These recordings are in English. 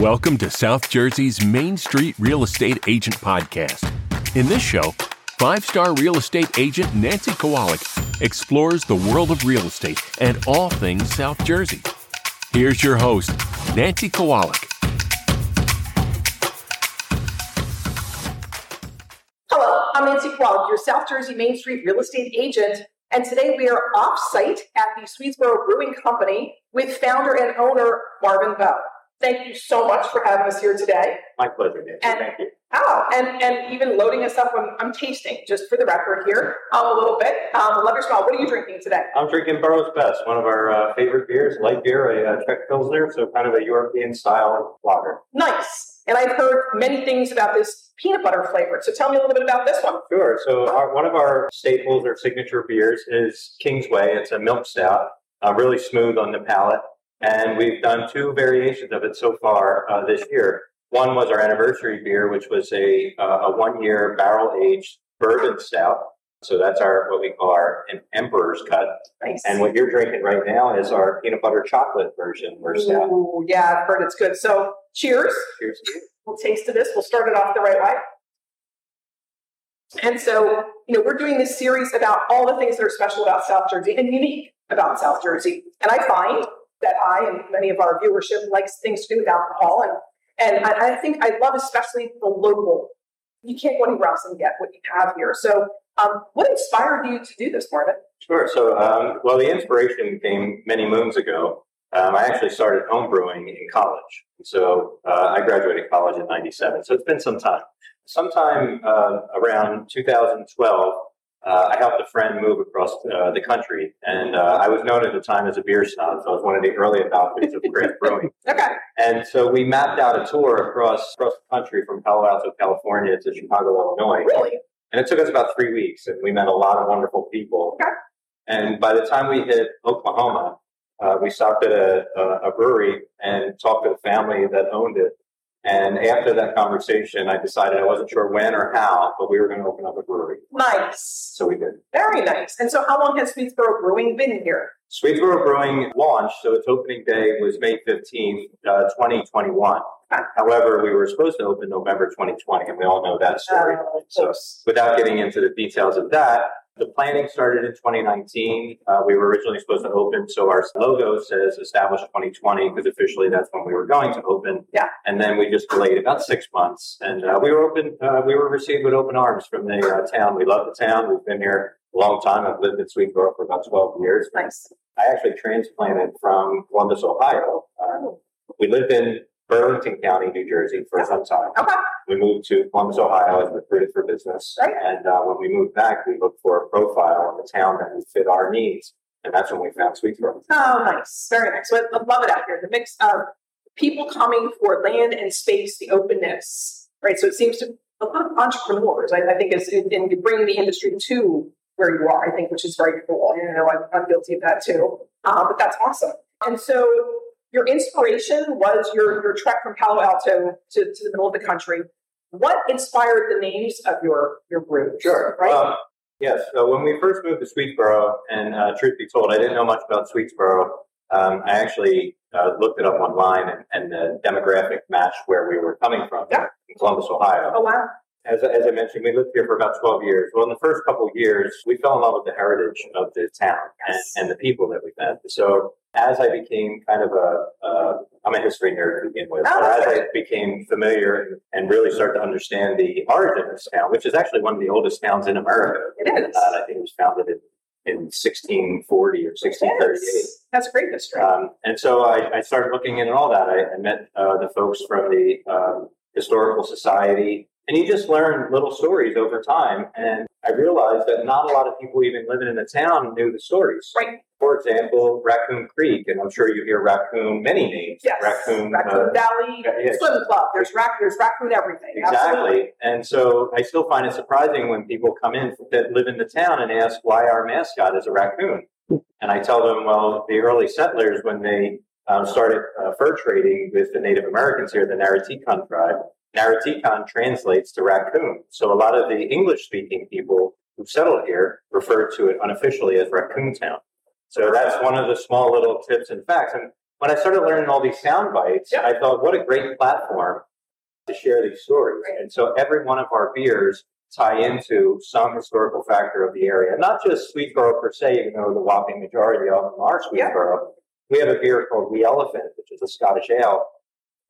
Welcome to South Jersey's Main Street Real Estate Agent Podcast. In this show, five star real estate agent Nancy Kowalik explores the world of real estate and all things South Jersey. Here's your host, Nancy Kowalik. Hello, I'm Nancy Qual, your South Jersey Main Street real estate agent. And today we are off site at the Swedesboro Brewing Company with founder and owner Marvin Bow. Thank you so much for having us here today. My pleasure, Nancy. And- Thank you. Oh, and, and even loading us up when I'm tasting, just for the record here, um, a little bit. Um, love your smell. What are you drinking today? I'm drinking Burroughs Best, one of our uh, favorite beers, light beer, a uh, Czech Pilsner, so kind of a European style lager. Nice. And I've heard many things about this peanut butter flavor. So tell me a little bit about this one. Sure. So our, one of our staples or signature beers is Kingsway. It's a milk stout, uh, really smooth on the palate, and we've done two variations of it so far uh, this year. One was our anniversary beer, which was a uh, a one year barrel aged bourbon stout. So that's our what we call our em- Emperor's Cut. Nice. And what you're drinking right now is our peanut butter chocolate version. Or stout. Ooh, yeah, I've heard it's good. So cheers. Cheers. we'll taste of this. We'll start it off the right way. And so, you know, we're doing this series about all the things that are special about South Jersey and unique about South Jersey. And I find that I and many of our viewership likes things to do with alcohol. And and I, I think I love especially the local. You can't go anywhere else and get what you have here. So, um, what inspired you to do this, Marvin? Sure. So, um, well, the inspiration came many moons ago. Um, I actually started homebrewing in college. So, uh, I graduated college in 97. So, it's been some time. Sometime uh, around 2012, uh, I helped a friend move across uh, the country. And uh, I was known at the time as a beer snob. So, I was one of the early adopters of craft brewing. Okay, And so, we mapped out a tour across, across the country from Palo Alto, California to Chicago, Illinois. really? And it took us about three weeks, and we met a lot of wonderful people. Okay. And by the time we hit Oklahoma, uh, we stopped at a, a, a brewery and talked to the family that owned it. And after that conversation, I decided I wasn't sure when or how, but we were going to open up a brewery. Nice, So we did. very nice. And so, how long has Swedesboro Brewing been here? Swedesboro Brewing launched, so its opening day was May 15th, uh, 2021. However, we were supposed to open November 2020, and we all know that story. Uh, So without getting into the details of that, the planning started in 2019. Uh, we were originally supposed to open, so our logo says established 2020 because officially that's when we were going to open. Yeah. And then we just delayed about six months, and uh, we were open. Uh, we were received with open arms from the uh, town. We love the town. We've been here a long time. I've lived in Sweetboro for about 12 years. nice. I actually transplanted from Columbus, Ohio. Uh, we lived in Burlington County, New Jersey for some time. Okay. We moved to Columbus, Ohio, and recruited for business. Right. And uh, when we moved back, we looked for a profile in the town that would fit our needs. And that's when we found Sweetboro. Oh, nice. Very nice. Well, I love it out here. The mix of people coming for land and space, the openness, right? So it seems to a lot of entrepreneurs, I, I think, is and you bring the industry to where you are, I think, which is very cool. You know, I'm, I'm guilty of that too. Uh, but that's awesome. And so your inspiration was your, your trek from Palo Alto to, to the middle of the country. What inspired the names of your, your brews? Right? Um, yes. So when we first moved to Sweetboro, and uh, truth be told, I didn't know much about Sweetboro. Um, I actually uh, looked it up online and, and the demographic matched where we were coming from Yeah. in Columbus, Ohio. oh, wow. as, as I mentioned, we lived here for about 12 years. Well, in the first couple of years, we fell in love with the heritage of the town Yes. and, and the people that we met. So as I became kind of a, uh, I'm a history nerd to begin with, Oh, but as that's I became familiar and really started to understand the origin of this town, which is actually one of the oldest towns in America. It is. Uh, I think it was founded in, in 1640 or 1638. Yes. That's a great history. Um, and so I, I started looking into all that. I, I met uh, the folks from the um, Historical Society, and you just learn little stories over time. And I realized that not a lot of people, even living in the town, knew the stories. right. For example, Raccoon Creek, and I'm sure you hear raccoon many names. Yes. Raccoon. uh, Valley yeah, yeah. Swim Club. There's rac- there's raccoon everything. Absolutely. Exactly. And so I still find it surprising when people come in that live in the town and ask why our mascot is a raccoon. And I tell them, well, the early settlers, when they um, started uh, fur trading with the Native Americans here, the Naratican tribe, Naratican translates to raccoon. So a lot of the English speaking people who settled here refer to it unofficially as Raccoon Town. So that's one of the small little tips and facts. And when I started learning all these sound bites, Yeah. I thought, what a great platform to share these stories. Right. And so every one of our beers tie into some historical factor of the area, not just Sweetboro per se, even though the whopping majority of them are Yeah. Sweetboro. We have a beer called Wee Elephant, which is a Scottish ale,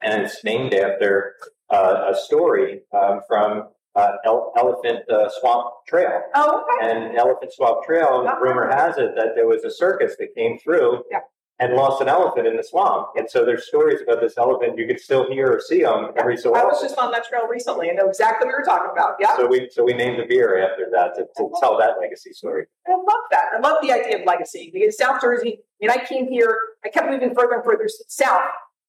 and it's named after uh, a story um, from uh, El- Elephant uh, Swamp Trail Oh, okay. and Elephant Swamp Trail, Uh-huh. rumor has it that there was a circus that came through Yeah. and lost an elephant in the swamp. And so there's stories about this elephant. You can still hear or see them every so I was often. just on that trail recently and know exactly what you were talking about. Yeah. So we so we named the beer after that to, Oh. to tell that legacy story. I love that. I love the idea of legacy because South Jersey, I mean, I came here, I kept moving further and further s- south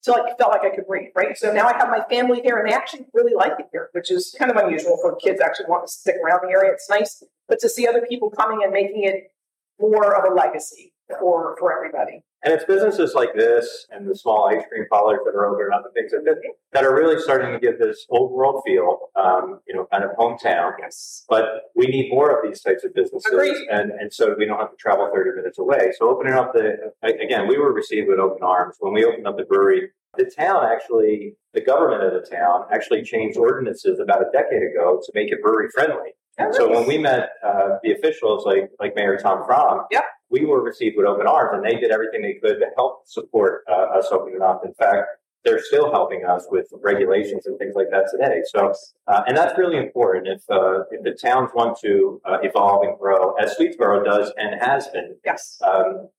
till I felt like I could breathe, right? So now I have my family here and they actually really like it here, which is kind of unusual for kids actually want to stick around the area. It's nice, but to see other people coming and making it more of a legacy for, for everybody. And it's businesses like this and the small ice cream parlors that are opening up and things like that that are really starting to give this old world feel, um, you know, kind of hometown. Yes. But we need more of these types of businesses, Agreed. and and so we don't have to travel thirty minutes away. So opening up the a- again, we were received with open arms when we opened up the brewery. The town actually, the government of the town actually changed ordinances about a decade ago to make it brewery friendly. So when we met uh, the officials, like like Mayor Tom Fromm, Yep. we were received with open arms, and they did everything they could to help support uh, us opening up. In fact, they're still helping us with regulations and things like that today. So, uh, and that's really important if uh, if the towns want to uh, evolve and grow, as Sweetsboro does and has been, Yes. um,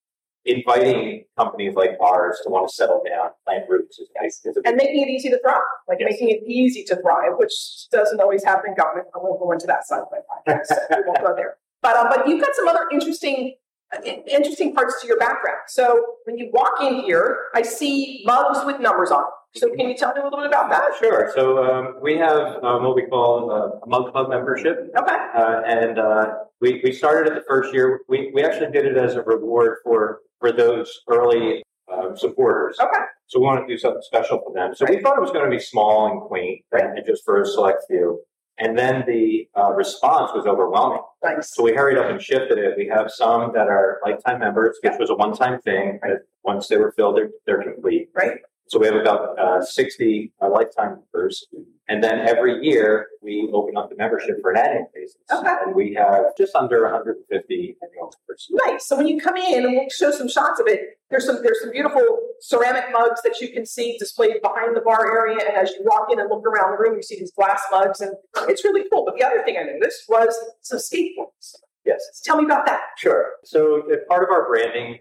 inviting companies like ours to want to settle down, plant roots is, is a big and making it easy to thrive, like making it easy to thrive, which doesn't always happen in government. I won't go into that side of my podcast. so we won't go there. But um, but you've got some other interesting, uh, in- interesting parts to your background. So when you walk in here, I see mugs with numbers on. them. So can you tell me a little bit about that? Uh, Sure. So um, we have um, what we call uh, a Mug Club membership. Okay. Uh, and uh, we, we started it the first year. We, we actually did it as a reward for, for those early uh, supporters. Okay. So we wanted to do something special for them. So we thought it was going to be small and quaint and and just for a select few. And then the uh, response was overwhelming. Nice. So we hurried up and shifted it. We have some that are lifetime members, which was a one time thing. That once they were filled, they're, they're complete. Right. So we have about uh, 60 uh, lifetime members. And then every year we open up the membership for an annual basis. Okay. And we have just under 150 annual members. Nice. So when you come in and we'll show some shots of it, there's some there's some beautiful ceramic mugs that you can see displayed behind the bar area. And as you walk in and look around the room, you see these glass mugs, and it's really cool. But the other thing I noticed was some skateboards. Yes. So tell me about that. Sure. So uh, part of our branding,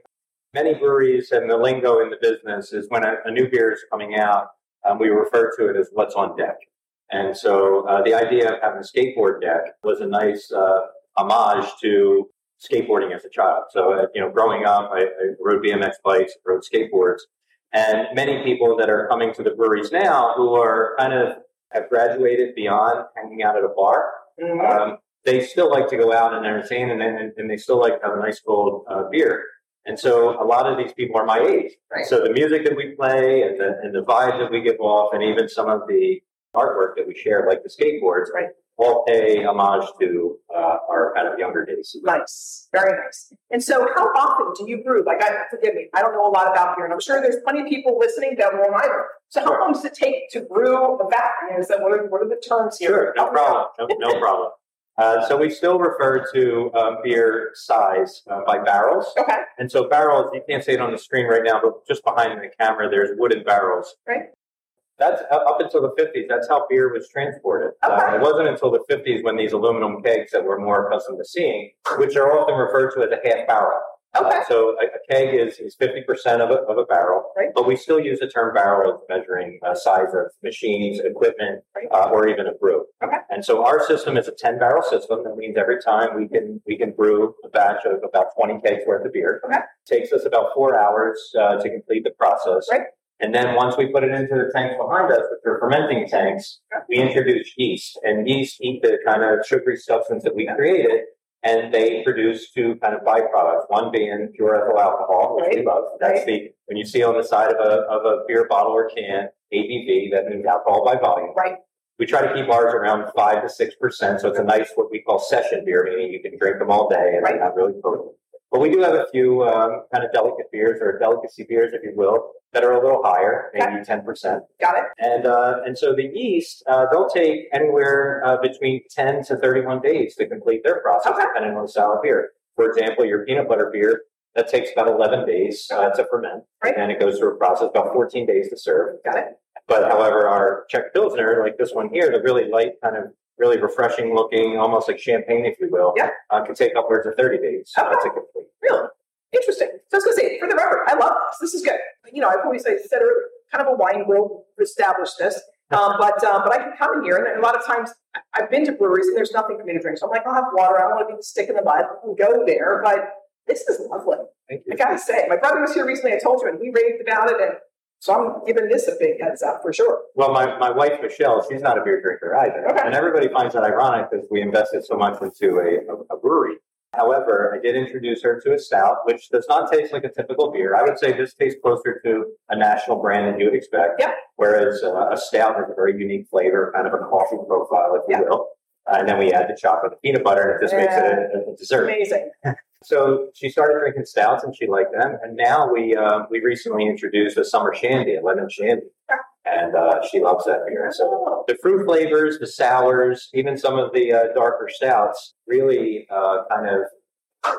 many breweries and the lingo in the business is when a, a new beer is coming out, um, we refer to it as what's on deck. And so uh, the idea of having a skateboard deck was a nice uh, homage to skateboarding as a child. So, uh, you know, growing up, I, I rode BMX bikes, rode skateboards. And many people that are coming to the breweries now who are kind of have graduated beyond hanging out at a bar um, they still like to go out and entertain and, and, and they still like to have a nice cold uh, beer. And so a lot of these people are my age. Right. So the music that we play and the, and the vibe that we give off and even some of the artwork that we share, like the skateboards, Right. all pay homage to uh, our kind of younger days. Nice, very nice. And so, how often do you brew? Like, I, forgive me, I don't know a lot about beer, and I'm sure there's plenty of people listening that will either. So, how Sure. long does it take to brew a vat? You know, Is that what are, what are the terms here? Sure, no problem, no, no problem. Uh, so we still refer to um, beer size uh, by barrels. Okay, And so barrels, you can't see it on the screen right now, but just behind the camera, there's wooden barrels. Right. That's u- up until the 50s. That's how beer was transported. Uh, Okay. it wasn't until the 50s when these aluminum kegs that we're more accustomed to seeing, which are often referred to as a half barrel. Uh, okay, so a, a keg is, is 50% of a, of a barrel, Right. but we still use the term barrel as measuring uh, size of machines, equipment, Right. uh, or even a brew. Okay. And so our system is a 10 barrel system. That means every time we can we can brew a batch of about 20 kegs worth of beer. Okay. Takes us about four hours uh, to complete the process. Right. And then once we put it into the tanks behind us, which are fermenting tanks, we introduce yeast, and yeast eat the kind of sugary substance that we created and they produce two kind of byproducts. One being pure ethyl alcohol, which we Right, love. That's the when you see on the side of a of a beer bottle or can ABV, that means alcohol by volume. right, We try to keep ours around five to six percent, so it's a nice what we call session beer, meaning you can drink them all day and they're not really potent. But we do have a few um, kind of delicate beers or delicacy beers, if you will, that are a little higher, maybe ten percent. Got it? And uh, and so the yeast, uh, they'll take anywhere uh, between 10 to 31 days to complete their process, Okay. depending on the style of beer. For example, your peanut butter beer, that takes about 11 days uh, to ferment, Right. and it goes through a process about 14 days to serve. Got it. But however, our Czech Pilsner, like this one here, the really light kind of really refreshing looking, almost like champagne, if you will, Yeah. uh, can take upwards of 30 days uh, Okay. to complete. Really? Interesting. So I was going to say, for the record, I love this. This is good. You know, I've always I said earlier, kind of a wine world established this. Um, but um, but I can come in here, and a lot of times I- I've been to breweries and there's nothing for me to drink. So I'm like, I'll have water. I don't want to be the stick in the mud and go there. But this is lovely. Thank you. I gotta say, my brother was here recently. I told you, and he raved about it. And so I'm giving this a big heads up for sure. Well, my, my wife, Michelle, she's not a beer drinker either. Okay. And everybody finds that ironic because we invested so much into a, a, a brewery. However, I did introduce her to a stout, which does not taste like a typical beer. I would say this tastes closer to a national brand than you would expect. Yeah. Whereas uh, a stout has a very unique flavor, kind of a coffee profile, if Yeah. you will. Uh, and then we add the chocolate and peanut butter, and it just makes it a, a dessert. Amazing. So she started drinking stouts and she liked them. And now we um, we recently introduced a summer shandy, a lemon shandy. And uh, she loves that beer. So Oh, the fruit flavors, the sours, even some of the uh, darker stouts really uh, kind of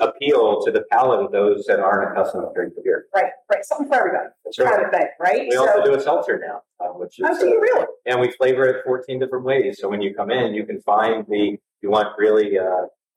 appeal to the palate of those that aren't accustomed to drink the beer. right, right. Something for everybody. That's Kind right. of thing, right? We also do a seltzer now, uh, which is oh, do you really? and we flavor it 14 different ways. So when you come in, you can find the you want really uh,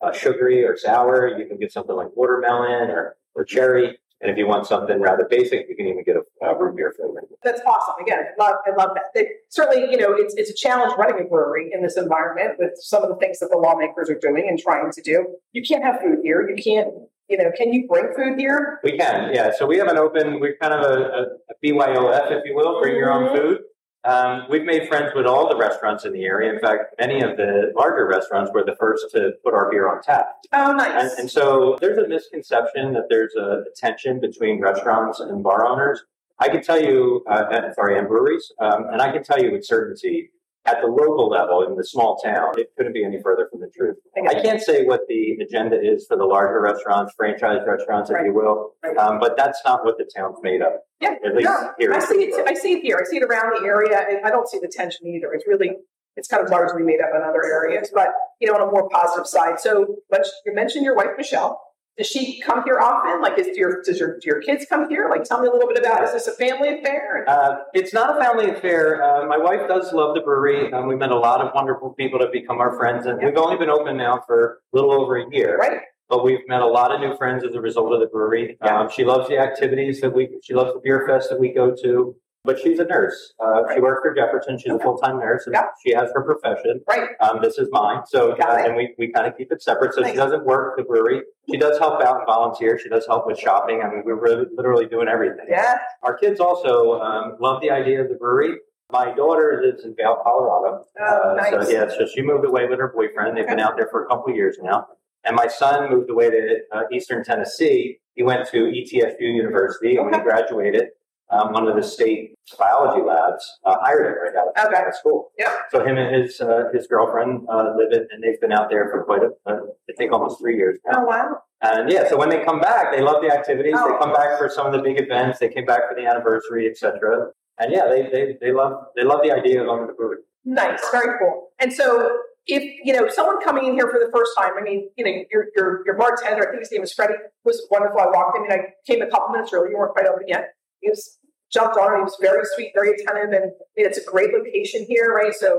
uh, sugary or sour. You can get something like watermelon or or cherry. And if you want something rather basic, you can even get a, a root beer flavor. That's awesome. Again, I love, I love that. They, certainly, you know, it's, it's a challenge running a brewery in this environment with some of the things that the lawmakers are doing and trying to do. You can't have food here. You can't, you know, can you bring food here? We can, yeah. So we have an open, we're kind of a, a, a BYOF, if you will, bring your own food. Um, we've made friends with all the restaurants in the area. In fact, many of the larger restaurants were the first to put our beer on tap. Oh, nice. And, and so there's a misconception that there's a tension between restaurants and bar owners. I can tell you, uh, and, sorry, and breweries, um, and I can tell you with certainty at the local level in the small town, it couldn't be any further from the truth. I I guess. can't say what the agenda is for the larger restaurants, franchise restaurants, if you will, Right. um, but that's not what the town's made of. Yeah, At least no, here. I see it. I see it here. I see it around the area. and I don't see the tension either. It's really, it's kind of largely made up in other areas, but you know, on a more positive side. So, but you mentioned your wife Michelle. Does she come here often? Like, is do your does your do your kids come here? Like, tell me a little bit about. Is this a family affair? Uh, it's not a family affair. Uh, my wife does love the brewery. Um, we met a lot of wonderful people that have become our friends, and we've only been open now for a little over a year. Right? but we've met a lot of new friends as a result of the brewery. Um, she loves the activities that we, she loves the beer fest that we go to, but she's a nurse. Uh, She works for Jefferson. She's a full-time nurse and Yeah. she has her profession. Right. Um, this is mine. So, uh, Got it. and we, we kind of keep it separate. So she Nice. doesn't work the brewery. She does help out and volunteer. She does help with shopping. I mean, we're really, literally doing everything. Yeah. Our kids also um, love the idea of the brewery. My daughter lives in Vail, Colorado. Uh, Oh, nice. So, yeah, so she moved away with her boyfriend. They've been Okay. out there for a couple years now. And my son moved away to uh, Eastern Tennessee. He went to E ETSU University and when he Okay. graduated, um, one of the state biology labs uh, hired him right out of, Okay. out of school. Yeah. So him and his uh, his girlfriend uh, live it, and they've been out there for quite a, uh, I think almost three years now. Oh wow. And yeah, so when they come back, they love the activities. Oh. They come back for some of the big events. They came back for the anniversary, etc. And yeah, they, they, they love they love the idea of owning the brewery. Nice. Very cool. And so. If you know someone coming in here for the first time, I mean, you know, your your your bartender, I think his name is Freddie, was wonderful. I walked in and I came a couple minutes early. You weren't quite open yet. he was jumped on. it. He was very sweet, very attentive, and I mean, it's a great location here, right? So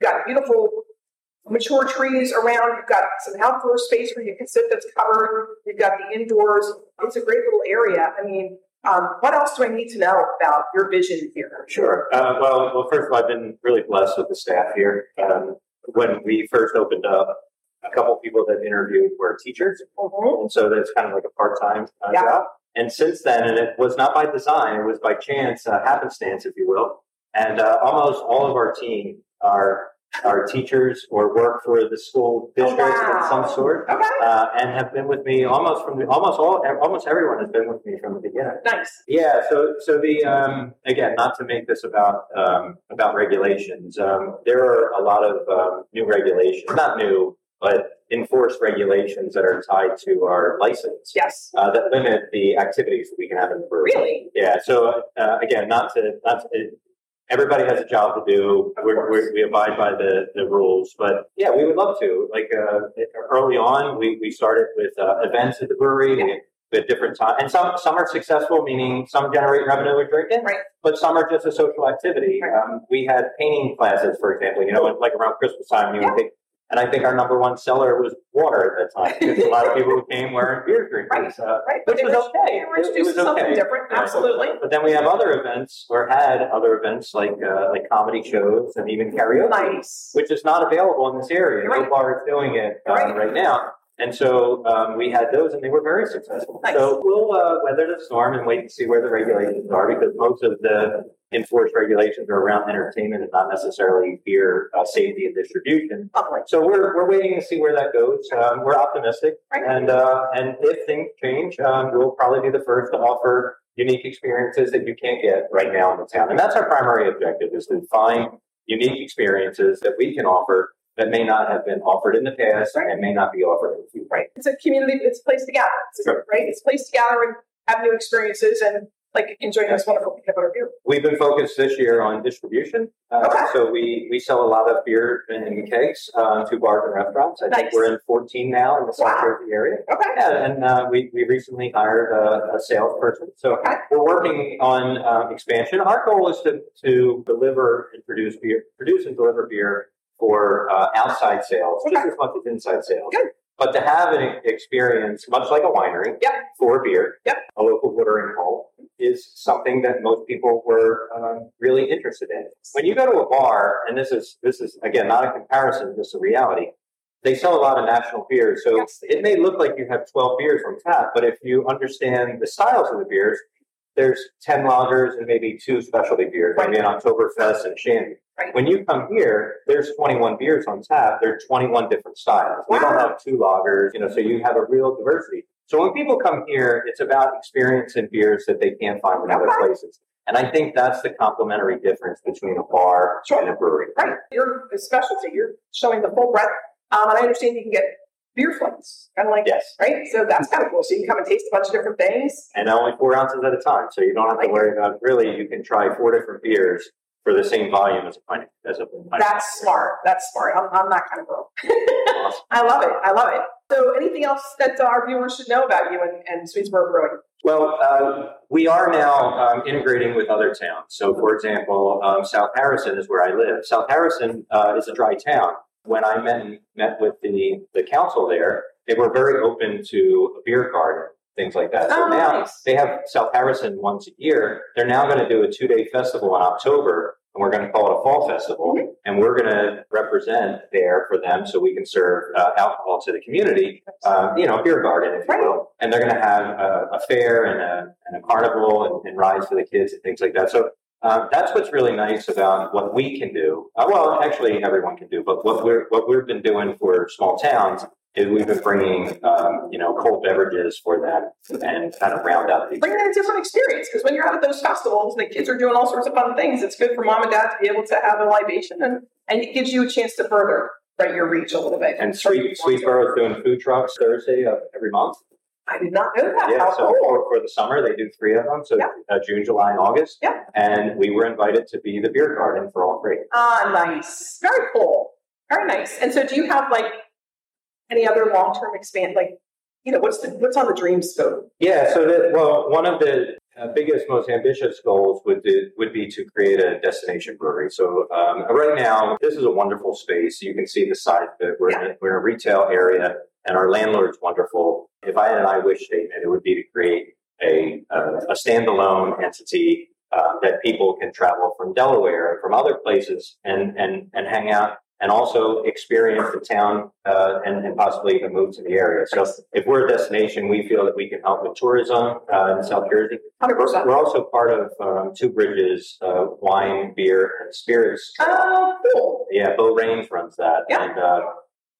you've got beautiful mature trees around. You've got some outdoor space where you can sit that's covered. You've got the indoors. It's a great little area. I mean, um, what else do I need to know about your vision here? Sure. Uh, well, well, first of all, I've been really blessed with the staff here. Um, when we first opened up, a couple people that interviewed were teachers, Mhm. and so that's kind of like a part time uh, Yeah. job. And since then, and it was not by design; it was by chance, uh, happenstance, if you will. And uh, almost all of our team are are teachers or work for the school districts of wow. some sort, Okay. uh, and have been with me almost from the, almost all almost everyone has been with me from the beginning. Nice. Yeah, so so the um, again, not to make this about um, about regulations. Um, there are a lot of um, new regulations, not new, but enforce regulations that are tied to our license Yes. uh, that limit the activities that we can have in the brewery. Really? Yeah. So uh, again, not to not to, it- everybody has a job to do. Of We're, course. we're, we abide by the, the rules, but yeah, we would love to. Like uh, early on, we, we started with uh, events at the brewery. Yeah. With different time, and some some are successful, meaning some generate revenue with drinking, Right. but some are just a social activity. Right. Um, we had painting classes, for example. You know, like around Christmas time, you would take, and I think our number one seller was water at that time because a lot of people came wearing beer drinkers. Uh, Right. Which They was were- okay. They were It- it introduced was to something okay. different. Yeah. Absolutely. but then we have other events or had other events like uh, like comedy shows and even karaoke, Nice. which is not available in this area. Right. No bar is doing it uh, Right. right. now. And so um, we had those, and they were very successful. Nice. So we'll uh, weather the storm and wait and see where the regulations are, because most of the enforced regulations are around entertainment and not necessarily beer uh, safety and distribution. Lovely. So we're, we're waiting to see where that goes. Um, we're optimistic, Right. and uh, and if things change, um, we'll probably be the first to offer unique experiences that you can't get right now in the town. And that's our primary objective: is to find unique experiences that we can offer that may not have been offered in the past and may not be offered in the future. Right. It's a community. It's a place to gather. It's- Sure. Right. It's a place to gather and have new experiences and like enjoy this wonderful peanut butter beer. We've been focused this year on distribution. Uh, Okay. So we, we sell a lot of beer and and cakes uh, to bars and restaurants. I Nice. think we're in 14 now in the Wow. center of the area. Okay. Yeah, and uh, we, we recently hired a, a salesperson. So Okay. we're working on um, expansion. Our goal is to, to deliver and produce beer, produce and deliver beer for uh, outside sales, just Okay. as much as inside sales. Good. But to have an experience, much like a winery, Yep. for beer, Yep. a local watering hole, is something that most people were um, really interested in. When you go to a bar, and this is this is again not a comparison, just a reality. They sell a lot of national beers, so Yes. it may look like you have twelve beers from tap, but if you understand the styles of the beers, there's ten lagers and maybe two specialty beers, maybe an Oktoberfest and Shandy. Right. When you come here, there's 21 beers on tap. There are 21 different styles. We don't Wow. have two lagers, you know, so you have a real diversity. So when people come here, it's about experiencing beers that they can't find in other Okay. places. And I think that's the complementary difference between a bar Sure. and a brewery. Right. Your specialty. You're showing the full breadth. Um, and I understand you can get beer floats, kind of like Yes. right. So that's kind of cool. So you can come and taste a bunch of different things. And only four ounces at a time. So you don't have to worry about really, you can try four different beers for the same volume as a pint. As a pint. That's smart. That's smart. I'm, I'm that kind of girl. I love it. I love it. So anything else that uh, our viewers should know about you and, and Swedesboro Brewing? Well, uh, we are now um, integrating with other towns. So, for example, um, South Harrison is where I live. South Harrison uh, is a dry town. When I met met with the, the council there, they were very open to a beer garden, things like that. So Oh, now nice. they have South Harrison once a year. They're now going to do a two day festival in October, and we're going to call it a fall festival. Mm-hmm. And we're going to represent there for them so we can serve uh, alcohol to the community uh, you know, beer garden, if you will. And they're going to have a, a fair and a, and a carnival and, and rides for the kids and things like that. So uh, that's what's really nice about what we can do. Uh, well, actually, everyone can do, but what we're what we've been doing for small towns is we've been bringing um, you know cold beverages for them and kind of round out the. Bring in a different experience because when you're out at those festivals and the kids are doing all sorts of fun things, it's good for mom and dad to be able to have a libation and, and it gives you a chance to further right your reach a little bit. And Sweet Sweetboro's doing food trucks Thursday of every month. I did not know that. Yeah, How so Oh, cool. for, for the summer, they do three of them. So Yeah. uh, June, July, and August. Yeah. And we were invited to be the beer garden for all three. Ah, nice. Very cool. Very nice. And so, do you have like any other long term expand? Like, you know, what's the what's on the dream scope? Yeah, so that, well, one of the uh, biggest, most ambitious goals would do, would be to create a destination brewery. So um, right now, this is a wonderful space. You can see the size of it. We're, in, a, we're in a retail area, and our landlord's wonderful. If I had an I wish statement, it would be to create a a, a standalone entity uh, that people can travel from Delaware and from other places and and and hang out and also experience the town uh, and, and possibly even move to the area. So if we're a destination, we feel that we can help with tourism uh, in South Jersey. Hundred We're, percent. we're also part of um, Two Bridges uh, Wine, Beer, and Spirits. Oh, cool. Yeah, Bo Raines runs that, Yeah. and uh,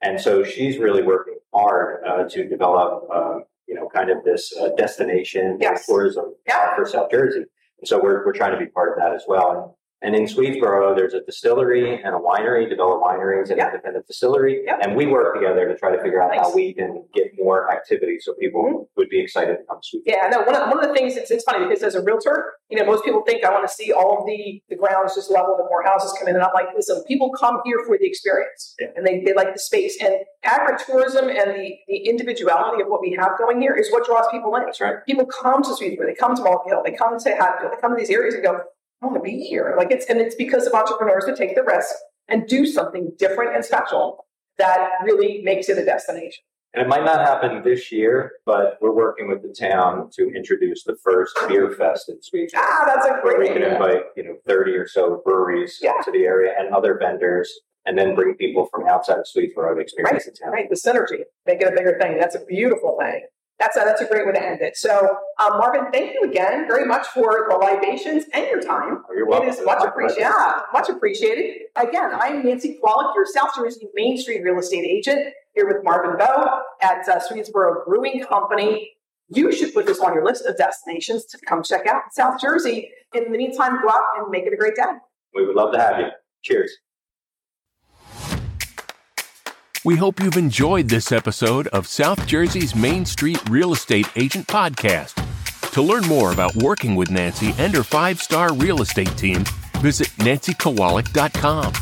and so she's really working hard uh, to develop, uh, you know, kind of this uh, destination Yes. tourism uh, Yeah. for South Jersey. And so we're we're trying to be part of that as well. And, And in Swedesboro, there's a distillery and a winery, develop wineries and Yeah. independent distillery. Yeah. And we work together to try to figure out how Nice. Mm-hmm. we can get more activity so people would be excited to come to Swedesboro. Yeah, no, one of, one of the things, it's, it's funny because as a realtor, you know, most people think I want to see all of the, the grounds just leveled and more houses come in. And I'm like, listen, people come here for the experience Yeah. and they, they like the space. And agritourism and the, the individuality of what we have going here is what draws people in. That's right. People come to Sweden, they come to Mall Hill, they come to Hatfield, they come to these areas and go, I want to be here. Like it's, and it's because of entrepreneurs that take the risk and do something different and special that really makes it a destination. And it might not happen this year, but we're working with the town to introduce the first beer fest in Sweden. Ah, that's a Where we great could idea. invite, you know, 30 or so breweries Yeah. to the area and other vendors, and then bring people from outside of Swedesboro to experience the town. right? The synergy, make it a bigger thing. That's a beautiful thing. That's a, that's a great way to end it. So, um, Marvin, thank you again very much for the libations and your time. You're welcome. It is much My appreciated. pleasure. Yeah, much appreciated. Again, I'm Nancy Qualick, your South Jersey Main Street real estate agent, here with Marvin Bowe at uh, Swedesboro Brewing Company. You should put this on your list of destinations to come check out in South Jersey. In the meantime, go out and make it a great day. We would love to have you. Cheers. We hope you've enjoyed this episode of South Jersey's Main Street Real Estate Agent Podcast. To learn more about working with Nancy and her five star real estate team, visit nancykowalik.com.